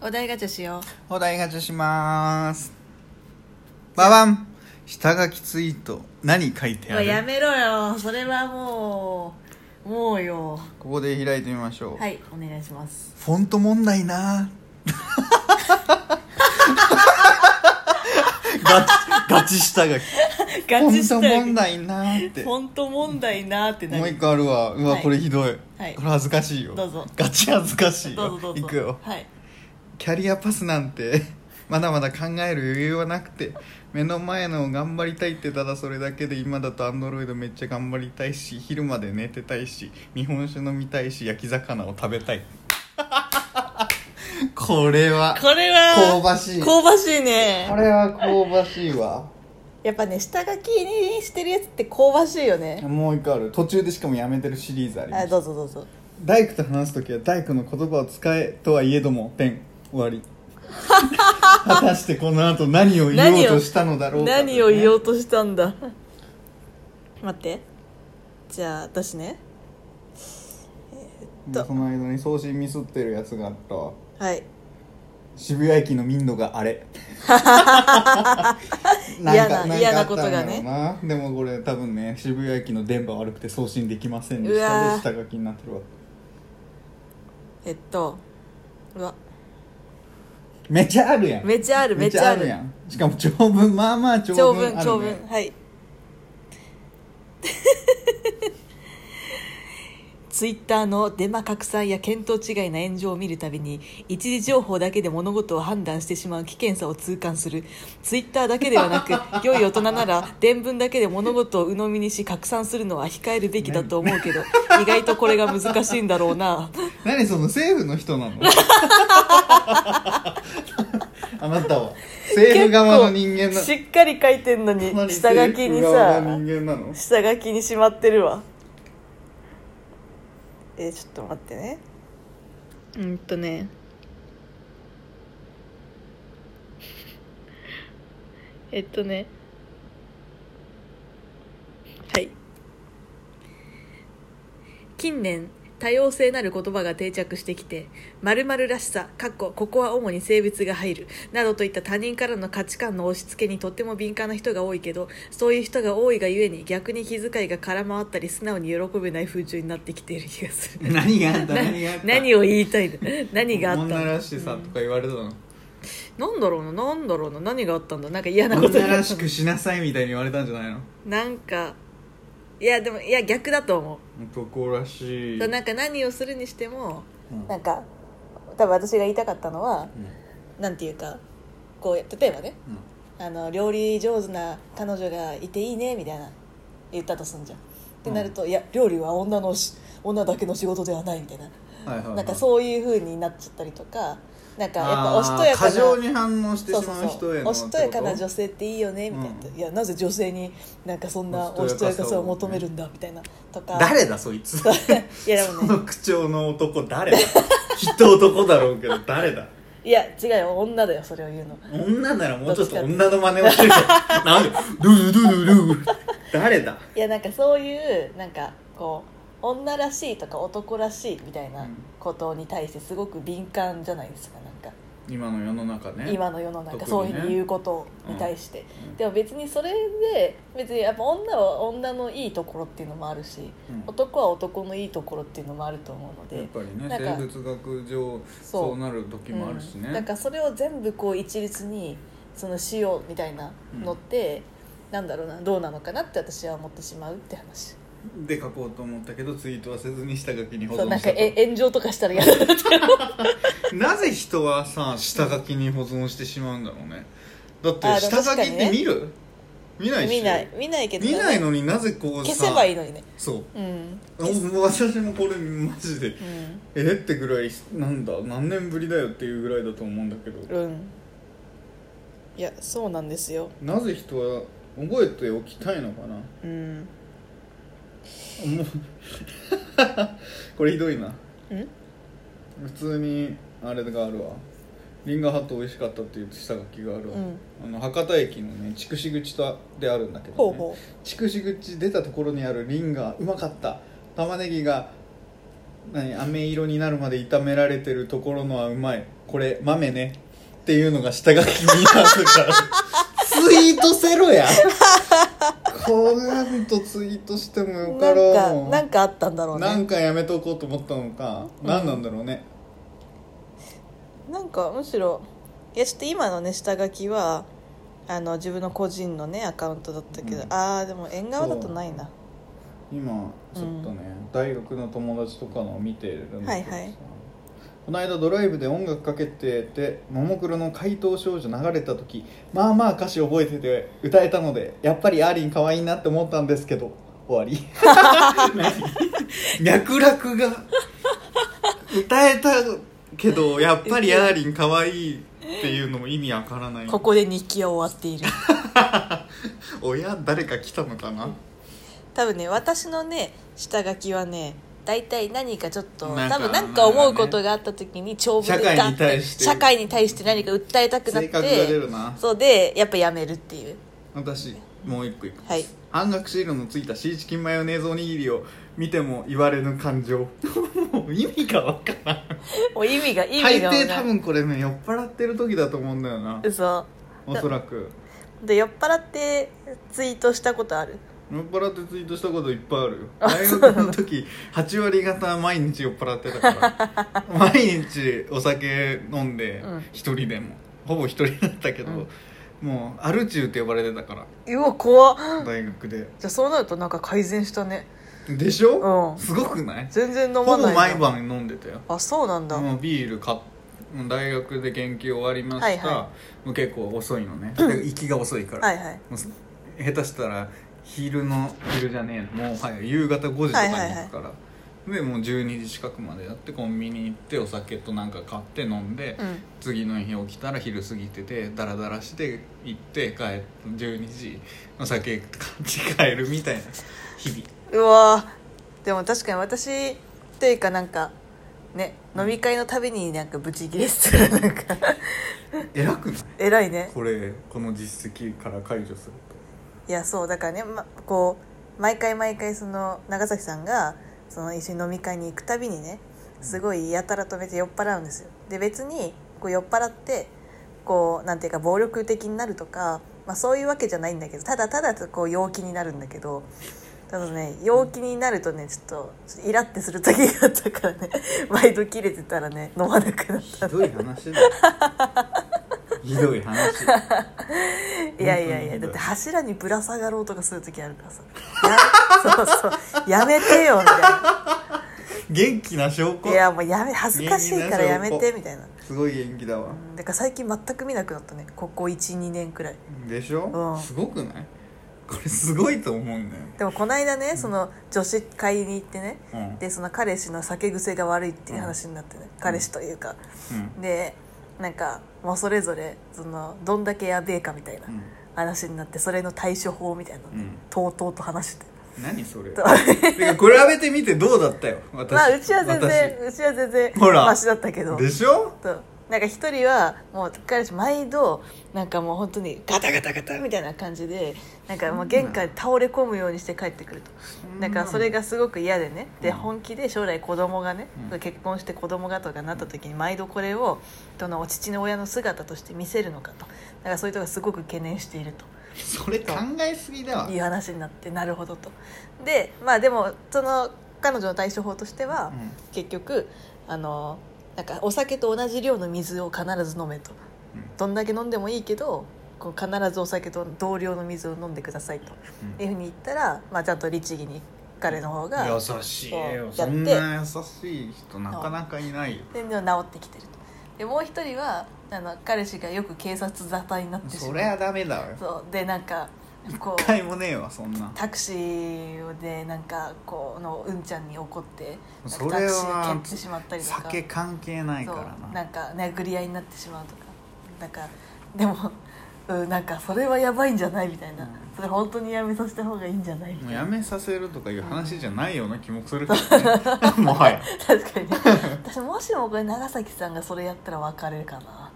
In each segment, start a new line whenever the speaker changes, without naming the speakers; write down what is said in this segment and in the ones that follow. お題ガチャしよ
お題ガチャしますババン下書きツイート何書いて
うわ
あ
や
る
めろよそれはもうもうよ
ここで開いてみましょう、
はいお願いします
フォント問 題なガチガチ下書き
ガチした
フォント問題なっても
本当問題なーってな
う一
る
個あるわうわ、
はい
これひどい、
はい
これ恥ずかしいよ
どうぞ
ガチ恥ずかしいよ
どうぞどうぞ
いくよ
はい
キャリアパスなんて まだまだ考える余裕はなくて目の前のを頑張りたいってただそれだけで今だとアンドロイドめっちゃ頑張りたいし昼まで寝てたいし日本酒飲みたいし焼き魚を食べたい これは
これは
香ばしいこ
香ばしいね
れは香ばしいわ
やっぱね下書きにしてるやつって香ばしいよね
もう一個ある途中でしかもやめてるシリーズありま
あ
す
どうぞどうぞ
大工と話す時は大工の言葉を使えとは言えども点 終わり果たしてこの後何を言おうとしたのだろうか
何を言お
う
うとしたんだ待ってじゃあ私ねと
その間に送信ミスってるやつがあったわ
はい
渋谷駅の民度が あれ
嫌な
か
嫌
か
な
あった
こ
ん
と
だろ
が
う
ね
なでもこれ多分ね渋谷駅の電波悪くて送信できませんで
う
し
わ
た
ー
で下書きになってるわ
えっとうわ
めちゃあるやん
めちゃあるめちゃある
やんしかも長文まあまあ長
長
文あ
文
る、ね、
長文はい ツイッターのデマ拡散や見当違いな炎上を見るたびに一時情報だけで物事を判断してしまう危険さを痛感するツイッターだけでは なく良い大人なら伝聞だけで物事を鵜呑みにし拡散するのは控えるべきだと思うけ ど意外とこれが難しいんだろうな
何その政府の 人なのあなたは政府側の人間な
結構しっかり書いてんのに
何
下書きに
政府側
さ
の人間なの
下書きにしまってるわえーちょっと待ってねうんとねえっとねはい近年多様性なる言葉が定着してきて「〇〇らしさ」かっこ「ここは主に性別が入る」などといった他人からの価値観の押し付けにとっても敏感な人が多いけどそういう人が多いがゆえに逆に気遣いが空回ったり素直に喜べない風潮になってきている気がする
何があった何があった
何を言いたいの 何があったの
女らしさとか言われたの
なんだろうななんだろうな何があったんだなんか嫌なこと
女
があ
ら
っ
した
の
くしなさいみたいに言われたんじゃないの
なんかいやでもいや逆だと思う
男らしい
そうなんか何をするにしても、
うん
なんか多分私が言いたかったのは
うん
なんていうかこう例えばね
うん
あの料理上手な彼女がいていいねみたいな言ったとすんじゃん。ってなると、いや料理は女のし女だけの仕事ではないみたいな、
はいはいはい
なんかそういう風になっちゃったりとかなんかやっぱお
あ
し
ー
とやかな
過剰に反応して
そう
し
そう
ま
そ
う
う
人への
おしとやかな
って
女
こ
性っていいよねみたいな、
う
いやなぜ女性になんかそんなお
お
し
し
と
と
や
や
か
か
さ
さ
を
を
求めるんだみた いなとか
と誰だそいつ
そう いやでも
そ
ね
の口調の男誰だ きっと男だろうけど誰だ
いや違うよ女だよそれを言うの
女ならもうちょっと女の真似 をしてるけどなんでドゥドゥドゥドゥ誰だ
いやなんかそういうなんかこう女らしいとか男らしいみたいなことに対してすごく敏感じゃないですかなんか
今の世の中ね
今の世の中そう
特
い
に
う
ね
ふうに言うことに対して、
うん
でも別にそれで別にやっぱ女は女のいいところっていうのもあるし、
うん
男は男のいいところっていうのもあると思うの
やっ
で
ぱりね
なんか
生物学上
そう
そうなる時もあるしね、
うん、だからそれを全部こう一律にそのしようみたいなのって、なんだろうなどうなのかなって私は思ってしまうって話
で書こうと思ったけどツイートはせずに下書きに保
そう
存
なん
し
か
た
え炎上とかしたら嫌だなって
となぜ人はさ下書きに保存してしまうんだろうねだっ
あ
て
ーで
下
も
書き
確
っ
かにね
て見る見ないし
見ない見ないけど、
見ないのになぜこうさ
消せばいいのにね
そう
うん、
お私もこれマジで
うん
えってぐらいなんだ何年ぶりだよっていうぐらいだと思うんだけど
うんいやそうなんですよ
なぜ人は覚えておきたいのかな
うん
もうこれひどいなん普通にあれがあるわリンガーハット美味しかったっていう下書きがあるわ、
うん
あの博多駅のね筑紫口とであるんだけど、ね、
ほうほ
筑紫口出たところにあるリンガーうまかった玉ねぎが何飴色になるまで炒められてるところのはうまいこれ豆ねっていうのが下書きになるか らツイートせろやこうやんとツイートしてもよ
な
か
ん
ろう
か
も
なんかあったんだろうね
なんかやめとこうと思ったのか、
うん
何なんだろうね
なんかむしろいやちょっと今のね下書きはあの自分の個人のねアカウントだったけど、
うん
ああでも縁側だとないな
今ちょっとね、大学の友達とかのを見てるんだけどさ、
はいはい
この間ドライブで音楽かけてて「ももクロの怪盗少女」流れた時まあまあ歌詞覚えてて歌えたのでやっぱりアーリン可愛いなって思ったんですけど終わ り何脈絡が歌えたけどやっぱりアーリン可愛いっていうのも意味わからない
ここで日記は終わっている
親誰か来たのかな
多分ね私のね下書きはね大体何かちょっと
なんか
多分何か思うことがあった時に長文で
社会に
ガンっ
対して
社会に対して何か訴えたくなっ
性格が出
て
るな
そうでやっぱやめるっていう
私もう一個いく
はい
半額シールのついたシーチキンマヨネーズおにぎりを見ても言われぬ感情もう意味がわからん
もう意味が意
大
味が分
抵
か
多
んない
分これね酔っ払ってる時だと思うんだ よな
嘘
おそらく
で酔っ払ってツイートしたことある
酔っ払ってツイートしたこといっぱいあるよ
あ
大学の時8割方毎日酔っ払ってたから 毎日お酒飲んで
うん
一人でも、ほぼ一人だったけど、もうアルチューって呼ばれてたか
うわ怖っ
ら大学で
じゃあそうなるとなんか改善したね
でしょ、
うん
すごくない
全然飲まな
ほ
い
ぼ
な
毎晩飲んでたよ
あそうなんだ、
もうビール買っ大学で研究終わりました、
はいは
もう結構遅いのねで息が遅いから、
はいはい
もうす下手したら昼の昼じゃねえのもうはい夕方5時とかに行くから、でもう12時近くまでやってコンビニ行ってお酒となんか買って飲んで、
うん
次の日起きたら昼過ぎててダラダラして行って帰って12時お酒買って帰るみたいな日 々
うわーでも確かに私っていうかなんかね飲み会のたびになんかブチギレするなんか
偉くない
偉いね
これこの実績から解除すると
いやそうだからね、ま、こう毎回毎回その長崎さんがその一緒に飲み会に行くたびにねすごいやたらとめっちゃ酔っ払うんですよで別にこう酔っ払ってこうなんていうか暴力的になるとか、まあ、そういうわけじゃないんだけどただただこう陽気になるんだけどただね陽気になるとねちょっとちょっとイラってする時があったからね 毎度切れてたらね飲まなくなっ
ひどい話だよひどい話
いやいやい
本当にひど
や
い
だって柱にぶら下がろうとかする時あるからさそうそうやめてよみたいな
元気な証拠
いやもうやめ恥ずかしいからやめ
みんなそう
てみたいな
すごい元気だわ
だから最近全く見なくなったねここ12年くらい
でしょ、
うん
すごくないこれすごいと思うんだよ、
でもこの間ねその女子会に行ってね
うん
でその彼氏の酒癖が悪いっていう話になってね、彼氏というか
うん
でなんかもうそれぞれそのどんだけやべえかみたいな
うん
話になってそれの対処法みたいなのね、
うん
とうとうと話 して
何それてか比べてみてどうだったよ私
まあうちは全然うちは全然
ほら
マシだったけど
私でしょ
そうなんか一人はもう彼氏毎度なんかもう本当にガタガタガタみたいな感じでなんかもう玄関に倒れ込むようにして帰ってくるとだからそれがすごく嫌でねで
うん
本気で将来子供がね
うん
結婚して子供がとかなった時に毎度これをどのお父の親の姿として見せるのかとだからそういうとこすごく懸念していると
それ考えすぎだわ
いう話になってなるほどとでまあでもその彼女の対処法としては、
うん
結局あのなんかお酒と同じ量の水を必ず飲めと
うん
どんだけ飲んでもいいけどこう必ずお酒と同量の水を飲んでくださいと、
う
い
ん
うふうに言ったら、まあ、ちゃんと律儀に彼の方が
優しいよ
そう
そん
や
な優しい人なかなかいないよ
ででも治ってきてるとでもう一人はあの彼氏がよく警察沙汰になってしま
そうりゃダメだわよ
そうでなんかこう
一回もねえわそんな
タクシーでなんかこうのうんちゃんに怒ってなんか
そ
タ
れ
クシー
は
蹴ってしまったりとか
酒関係ないから
そうな
な
んか殴り合いになってしまうとかなんかでも、うん、なんかそれはやばいんじゃないみたいな、
うん
それ本当にやめさせた方がいいんじゃないみ
も
た
う
いな
やめさせるとかいう話じゃないような気もするけどね もはや
確かにね私もしもこれ長崎さんがそれやったら別れるかな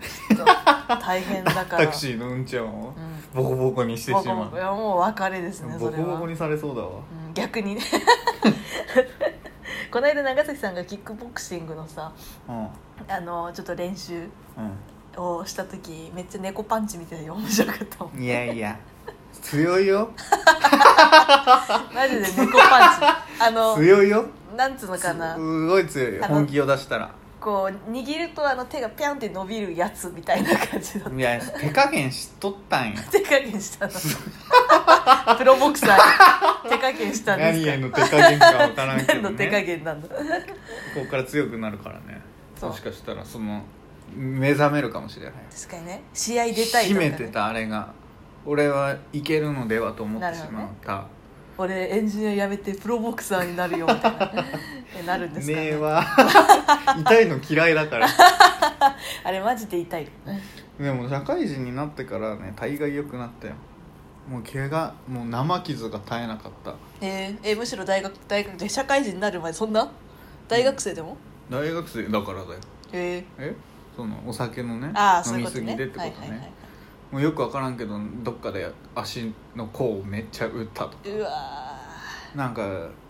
ちょっと大変だから
タ クシーのうんちゃんを
うん
ボコボコにしてし
ボコボ
ま
コ
う
いやもう別れですね
ボ
そ
コ
れ
ボ
は
コにされそうだわ
うん逆にね この間長崎さんがキックボクシングのさ
うん
あのちょっと練習
う
をした時めっちゃ猫パンチみたいで面白かったもん
んいや いや強いよ
マジで猫パ ンチあの
強いよ
なんつうのかな
すごい強いよ
あの
本気を出したら
こう握るとあの手がピャンって伸びるやつみたいな感じの
いや手加減しとったんよ
手加減したの プロボクサー手加減したんで
何
すか
への手加減かわからんけ
何
ど
の手加
ね
減なんだ
ここから強くなるからね
そう
もしかしたらその目覚めるかもしれない
確かにね試合出たいと
秘
か、
め
ね、
てたあれが俺はいけるのではと思ってしまった
俺エンジニア辞めてプロボクサーになるよみたい なえなるんですかね
目は痛いの嫌いだから
あれマジで痛いよね
でも社会人になってからね大概良くなったよもう怪我もう生傷が絶えなかった
えーえーむしろ大学大学で社会人になる前そんな大学生でも、
大学生だからだよ
えー
えそのお酒のね
ああそう
飲
いう
み
こと
す
ね
ぎでってことね、
はいはいはい
もうよく分からんけどどっかで足の甲をめっちゃ打ったとか
うわ
なんか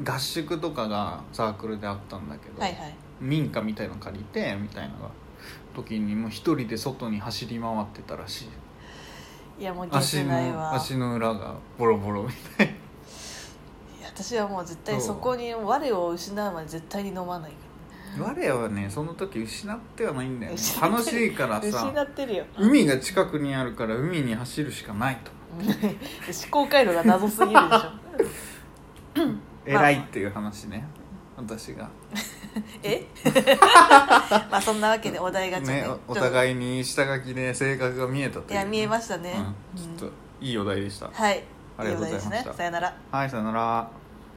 合宿とかがサークルであったんだけど、
ーはいはい
民家みたいの借りてみたいなのが時にもう一人で外に走り回ってたらしい
いやもうゲ
足
スないわ
の足の裏がボロボロみたい
いや私はもう絶対
そ
そうこに我を失うまで絶対に飲まないか
我はねその時失ってはないんだよね
失って
楽しいから
ら失
さ
ってるよ
海が近くにあるから海に走るしかないと
思考回路が謎すぎるでし ょ
偉いっていう話ね私が
え まあそんなわけでお題がちょっと、
ねおお
い
互いに下書きで性格が見えたという
いや見えました
た
ね、
うん、ちょっといいお題でした、
はい
ありがとうございました
お題でねさよなら
はいさよなら